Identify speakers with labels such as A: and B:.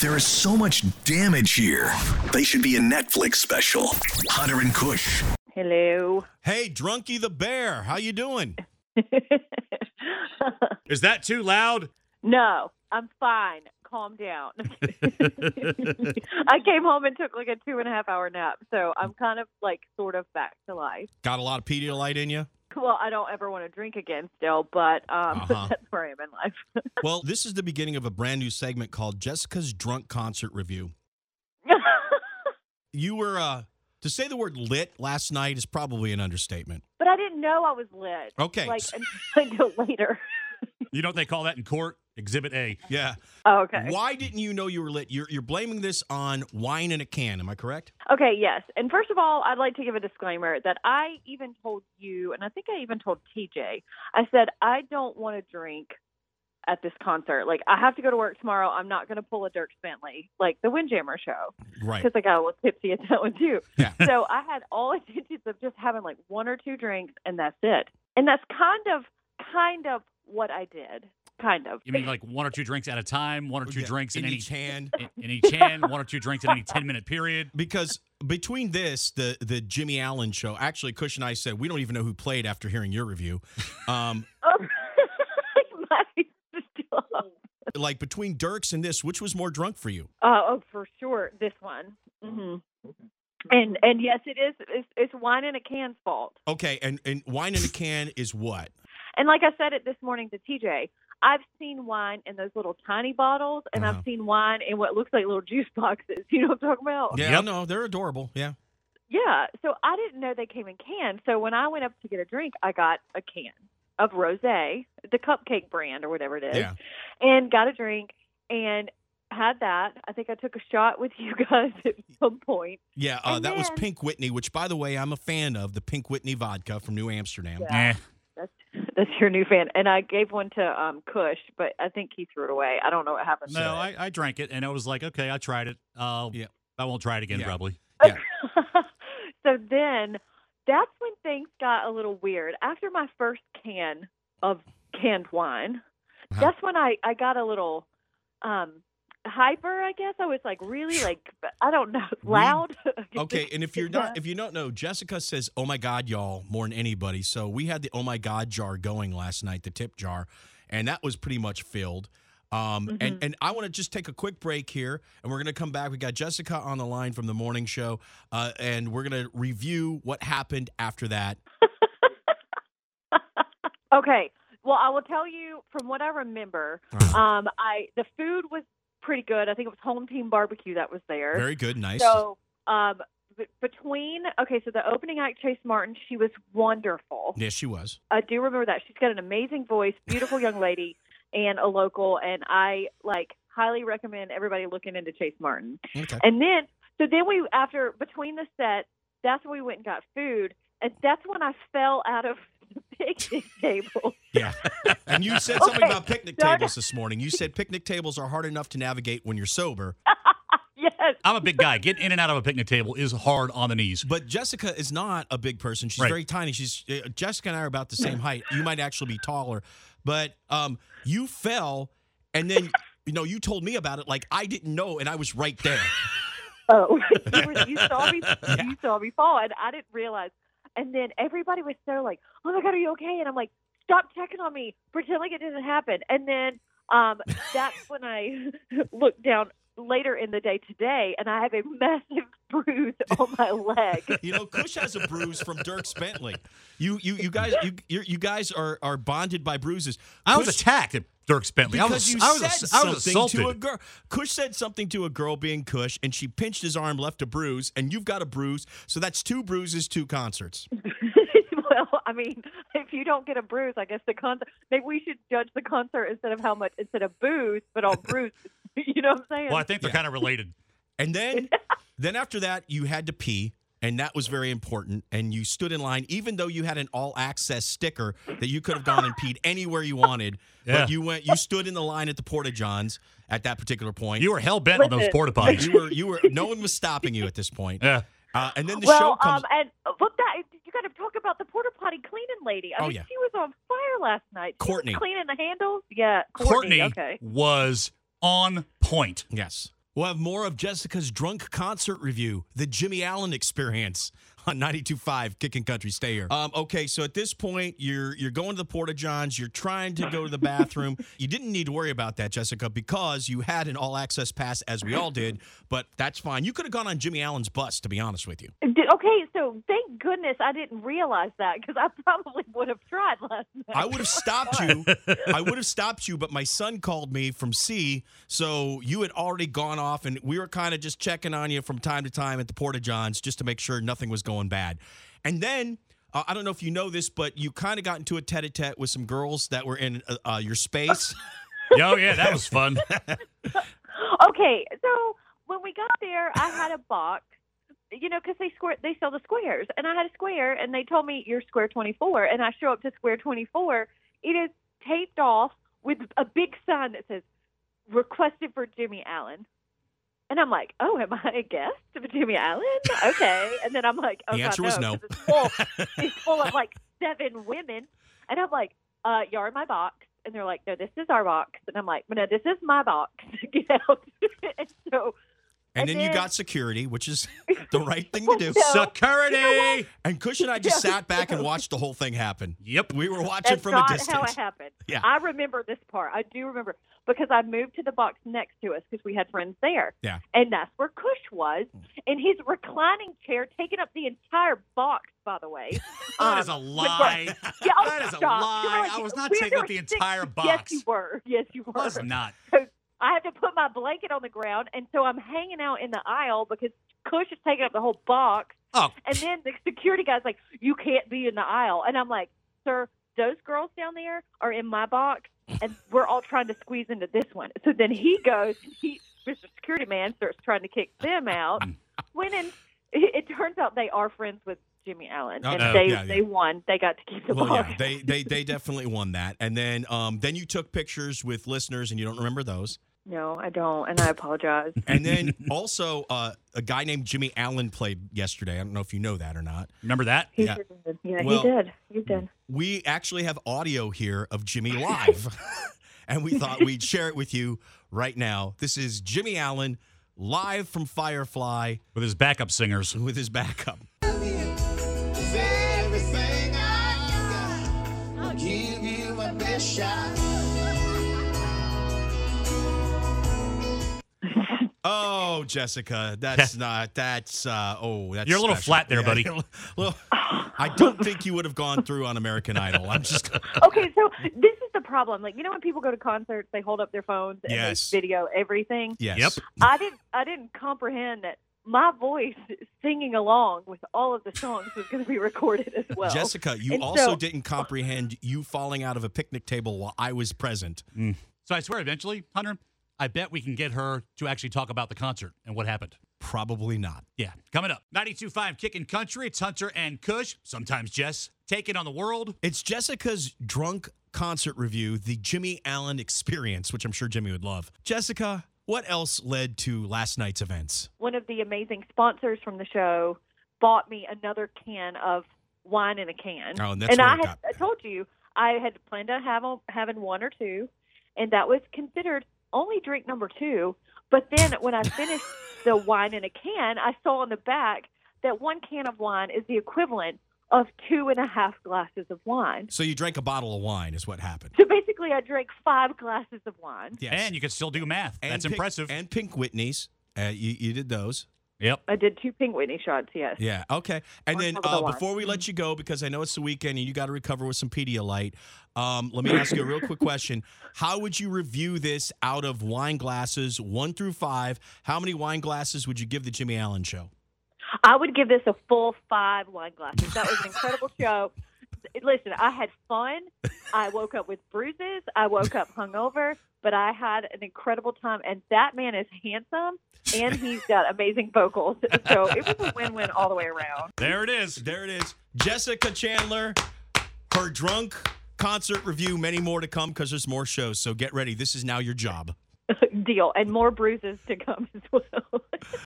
A: There is so much damage here. They should be a Netflix special. Hunter and Kush.
B: Hello.
C: Hey, Drunky the Bear, how you doing? Is that too loud?
B: no, I'm fine. Calm down. I came home and took like a two and a half hour nap, so I'm kind of like sort of back to life.
C: Got a lot of Pedialyte in you?
B: Well, I don't ever want to drink again still, but um,
C: Uh-huh.
B: that's where I am in life.
C: Well, this is the beginning of a brand new segment called Jessica's Drunk Concert Review. You were, uh, to say the word lit last night is probably an understatement.
B: but I didn't know I was lit.
C: Okay.
B: Like until later.
D: You know what they call that in court? Exhibit A.
C: Yeah.
B: Oh, okay.
C: Why didn't you know you were lit? You're, you're blaming this on wine in a can. Am I correct?
B: Okay, yes. And first of all, I'd like to give a disclaimer that I even told you, and I think I even told TJ, I said, I don't want to drink at this concert. Like, I have to go to work tomorrow. I'm not going to pull a Dirk Bentley, like the Windjammer show,
C: Right.
B: because I got a little tipsy at that one, too.
C: Yeah.
B: So I had all intentions of just having like one or two drinks, and that's it. And that's kind of, kind of what I did. Kind of.
D: You mean like one or two drinks at a time, one or two
C: Yeah,
D: drinks in, any
C: each hand.
D: in, in each hand, one or two drinks in any ten minute period.
C: Because between this, the the Jimmy Allen show, actually, Kush and I said we don't even know who played after hearing your review. Um,
B: Oh, my stuff.
C: like between Dirks and this, which was more drunk for you?
B: Uh, oh, for sure, this one. hmm And and yes, it is. It's, it's wine in a can's fault.
C: Okay, and and wine in a can is what?
B: And like I said it this morning to TJ, I've seen wine in those little tiny bottles, and
C: Uh-huh.
B: I've seen wine in what looks like little juice boxes. You know what I'm talking about?
C: Yeah,
D: Yep.
C: no, they're adorable. Yeah.
B: Yeah. So I didn't know they came in cans. So when I went up to get a drink, I got a can of rosé, the cupcake brand or whatever it is,
C: Yeah.
B: and got a drink and had that. I think I took a shot with you guys at some point.
C: Yeah, uh,
B: And
C: that was
B: then-
C: Pink Whitney, which, by the way, I'm a fan of the Pink Whitney vodka from New Amsterdam.
B: Yeah.
D: Yeah.
B: That's that's your new fan. And I gave one to um Kush, but I think he threw it away. I don't know what happened.
D: No, I, I drank it and I was like, okay, I tried it. Uh,
C: Yeah.
D: I won't try it again
C: Yeah.
D: probably.
B: so then that's when things got a little weird. After my first can of canned wine,
C: Uh-huh.
B: that's when I I got a little um hyper, I guess. I was like really like I don't know, loud.
C: Okay, and if you're not, if you don't know, Jessica says, "Oh my God, y'all!" more than anybody. So we had the "Oh my God" jar going last night, the tip jar, and that was pretty much filled. Um,
B: Mm-hmm.
C: And and I want to just take a quick break here, and we're gonna come back. We got Jessica on the line from the morning show, uh, and we're gonna review what happened after that.
B: Okay. Well, I will tell you from what I remember,
C: Uh-huh.
B: um, I the food was pretty good. I think it was Home Team Barbecue that was there.
C: Very good, nice.
B: So, um, b- between okay, so the opening act, Chase Martin, she was wonderful.
C: yes, she was.
B: I do remember that she's got an amazing voice, beautiful young lady, and a local, and I like highly recommend everybody looking into Chase Martin.
C: Okay.
B: And then, so then we after between the set, that's when we went and got food, and that's when I fell out of the picnic table.
C: Yeah. And you said something
B: Okay,
C: about picnic
B: darn it.
C: tables this morning. You said picnic tables are hard enough to navigate when you're sober,
B: yes.
D: I'm a big guy. Getting in and out of a picnic table is hard on the knees.
C: but Jessica is not a big person. She's
D: Right.
C: very tiny. She's uh, Jessica and I are about the same height. You might actually be taller, but um, you fell, and then you know you told me about it. Like I didn't know, and I was right there.
B: Oh, you, were- you saw me. You saw me fall, and I didn't realize. And then everybody was so like, "Oh my god, are you okay?" And I'm like, "Stop checking on me. Pretend like it didn't happen." And then um, that's when I looked down later in the day today, and I have a massive bruise on my leg.
C: You know, Kush has a bruise from Dirk Bentley. You you you guys you you you guys are are bonded by bruises.
D: I was
C: Kush-
D: attacked at Dirk Bentley. I
C: Because
D: was,
C: you
D: I was,
C: said
D: I was
C: something
D: assaulted.
C: to a girl. Kush said something to a girl being Kush, and she pinched his arm, left a bruise, and you've got a bruise. So that's two bruises, two concerts.
B: well, I mean, if you don't get a bruise, I guess the concert. Maybe we should judge the concert instead of how much instead of booze, but on bruise. you know what I'm saying?
D: well, I think they're
C: Yeah.
D: kind of related.
C: And then, then after that, you had to pee, and that was very important. And you stood in line, even though you had an all access sticker that you could have gone and peed anywhere you wanted.
D: Yeah.
C: But you went, you stood in the line at the Porta Johns at that particular point.
D: You were hell bent on those
B: Listen.
D: porta potties.
C: you were, you were. No one was stopping you at this point.
D: yeah.
C: Uh, and then the
B: well,
C: show comes.
B: um, and look, that you got to talk about the porta potty cleaning lady. I
C: Oh,
B: mean,
C: yeah.
B: she was on fire last night. She was
C: Courtney.
B: cleaning the handles. Yeah,
D: Courtney
B: Okay.
D: was on point.
C: yes. We'll have more of Jessica's drunk concert review, the Jimmy Allen experience on 92.5 Kicking Country. Stay here. Um, okay, so at this point, you're you're going to the Porta Johns. You're trying to go to the bathroom. you didn't need to worry about that, Jessica, because you had an all access pass, as we all did. But that's fine. You could have gone on Jimmy Allen's bus, to be honest with you.
B: Did- Okay, so thank goodness I didn't realize that because I probably would have tried last night.
C: I would have stopped you. I would have stopped you, but my son called me from C, so you had already gone off, and we were kind of just checking on you from time to time at the Porta Johns just to make sure nothing was going bad. And then uh, I don't know if you know this, but you kind of got into a tete-a-tete with some girls that were in uh, uh, your space.
D: Oh, yeah, that was fun.
B: Okay, so when we got there, I had a box, you know, because they square they sell the squares, and I had a square, and they told me you're square 24, and I show up to square 24. It is taped off with a big sign that says "Requested for Jimmy Allen." And I'm like, oh, am I a guest of Jimmy Allen? Okay. And then I'm like, oh,
C: The answer
B: God,
C: was no.
B: 'cause It's full, it's full of like seven women. And I'm like, uh, you're in my box. And they're like, no, this is our box. And I'm like, no, this is my box. Get out. and so,
C: And
B: And
C: then you
B: then-
C: got security, which is the right thing to do.
B: No.
D: Security.
C: And Cush and I just sat back and watched the whole thing happen.
D: Yep.
C: We were watching
B: that's
C: from a
B: not how
C: distance.
B: it happened.
C: Yeah.
B: I remember this part. I do remember because I moved to the box next to us because we had friends there.
C: Yeah.
B: And that's where Cush was in his reclining chair, taking up the entire box, by the way.
D: That is a
B: Um, with-
D: lie.
B: Yeah, oh,
D: That is a
B: stop.
D: lie.
B: You're like,
D: I was not
B: we're-
D: taking
B: there
D: up the
B: were six-
D: entire
B: Yes,
D: box.
B: you were. Yes, you were.
D: was not.
B: I had to put my blanket on the ground, and so I'm hanging out in the aisle because Cush is taking up the whole box.
D: Oh,
B: And then the security guy's like, "You can't be in the aisle," and I'm like, "Sir, those girls down there are in my box, and we're all trying to squeeze into this one." So then he goes, he, Mr. Security Man, starts trying to kick them out. When in, it, it turns out they are friends with Jimmy Allen, and
C: Uh-oh.
B: they
C: Oh, Yeah, yeah.
B: they won. They got to keep the
C: Well,
B: box.
C: yeah, they, they they definitely won that. And then um, then you took pictures with listeners, and you don't remember those.
B: No, I don't, and I apologize.
C: And then also uh, a guy named Jimmy Allen played yesterday. I don't know if you know that or not.
D: remember that?
B: He
C: Yeah.
B: sure did. Yeah,
C: Well-
B: he did. He did.
C: We actually have audio here of Jimmy live, and we thought we'd share it with you right now. This is Jimmy Allen live from Firefly
D: With his backup singers.
C: with his backup.
E: It's everything I got. I'll give you my best shot.
C: Oh, Jessica, that's not that's uh oh that's
D: You're a little
C: special.
D: flat there, buddy.
C: you're a little- I don't think you would have gone through on American Idol. I'm just
B: okay, so this is the problem. Like, you know when people go to concerts, they hold up their phones and
C: Yes.
B: they video everything.
C: yes.
D: Yep.
B: I didn't I didn't comprehend that my voice singing along with all of the songs was going to be recorded as well.
C: Jessica, you
B: And
C: also
B: so-
C: didn't comprehend you falling out of a picnic table while I was present.
D: So I swear, eventually, Hunter, I bet we can get her to actually talk about the concert and what happened.
C: Probably not.
D: Yeah, coming up. 92.5 Kickin' Country. It's Hunter and Kush, sometimes Jess, taking on the world.
C: It's Jessica's drunk concert review, the Jimmy Allen experience, which I'm sure Jimmy would love. Jessica, what else led to last night's events?
B: One of the amazing sponsors from the show bought me another can of wine in a can.
C: Oh, and that's
B: and
C: where
B: I
C: it
B: had
C: got-
B: I told you I had planned on having having one or two, and that was considered only drink number two. But then when I finished the wine in a can, I saw on the back that one can of wine is the equivalent of two and a half glasses of wine.
C: So you drank a bottle of wine, is what happened.
B: So basically, I drank five glasses of wine.
C: Yes.
D: And you can still do math.
C: And
D: That's
C: Pink-
D: impressive.
C: And Pink Whitney's. Uh, you, you did those.
D: yep.
B: I did two Pink Whitney shots. Yes.
C: Yeah. Okay. And
B: Or
C: then
B: cover the Mm-hmm.
C: uh,
B: line.
C: before we let you go, because I know it's the weekend and you got to recover with some Pedialyte, um, let me ask you a real quick question. How would you review this out of wine glasses, one through five? How many wine glasses would you give the Jimmy Allen show?
B: I would give this a full five wine glasses. That was an incredible show. Listen, I had fun. I woke up with bruises. I woke up hungover, but I had an incredible time. And that man is handsome, and he's got amazing vocals. So it was a win-win all the way around.
D: There it is.
C: There it is. Jessica Chandler, her drunk concert review, many more to come because there's more shows. So get ready. This is now your job.
B: Deal, and more bruises to come as well.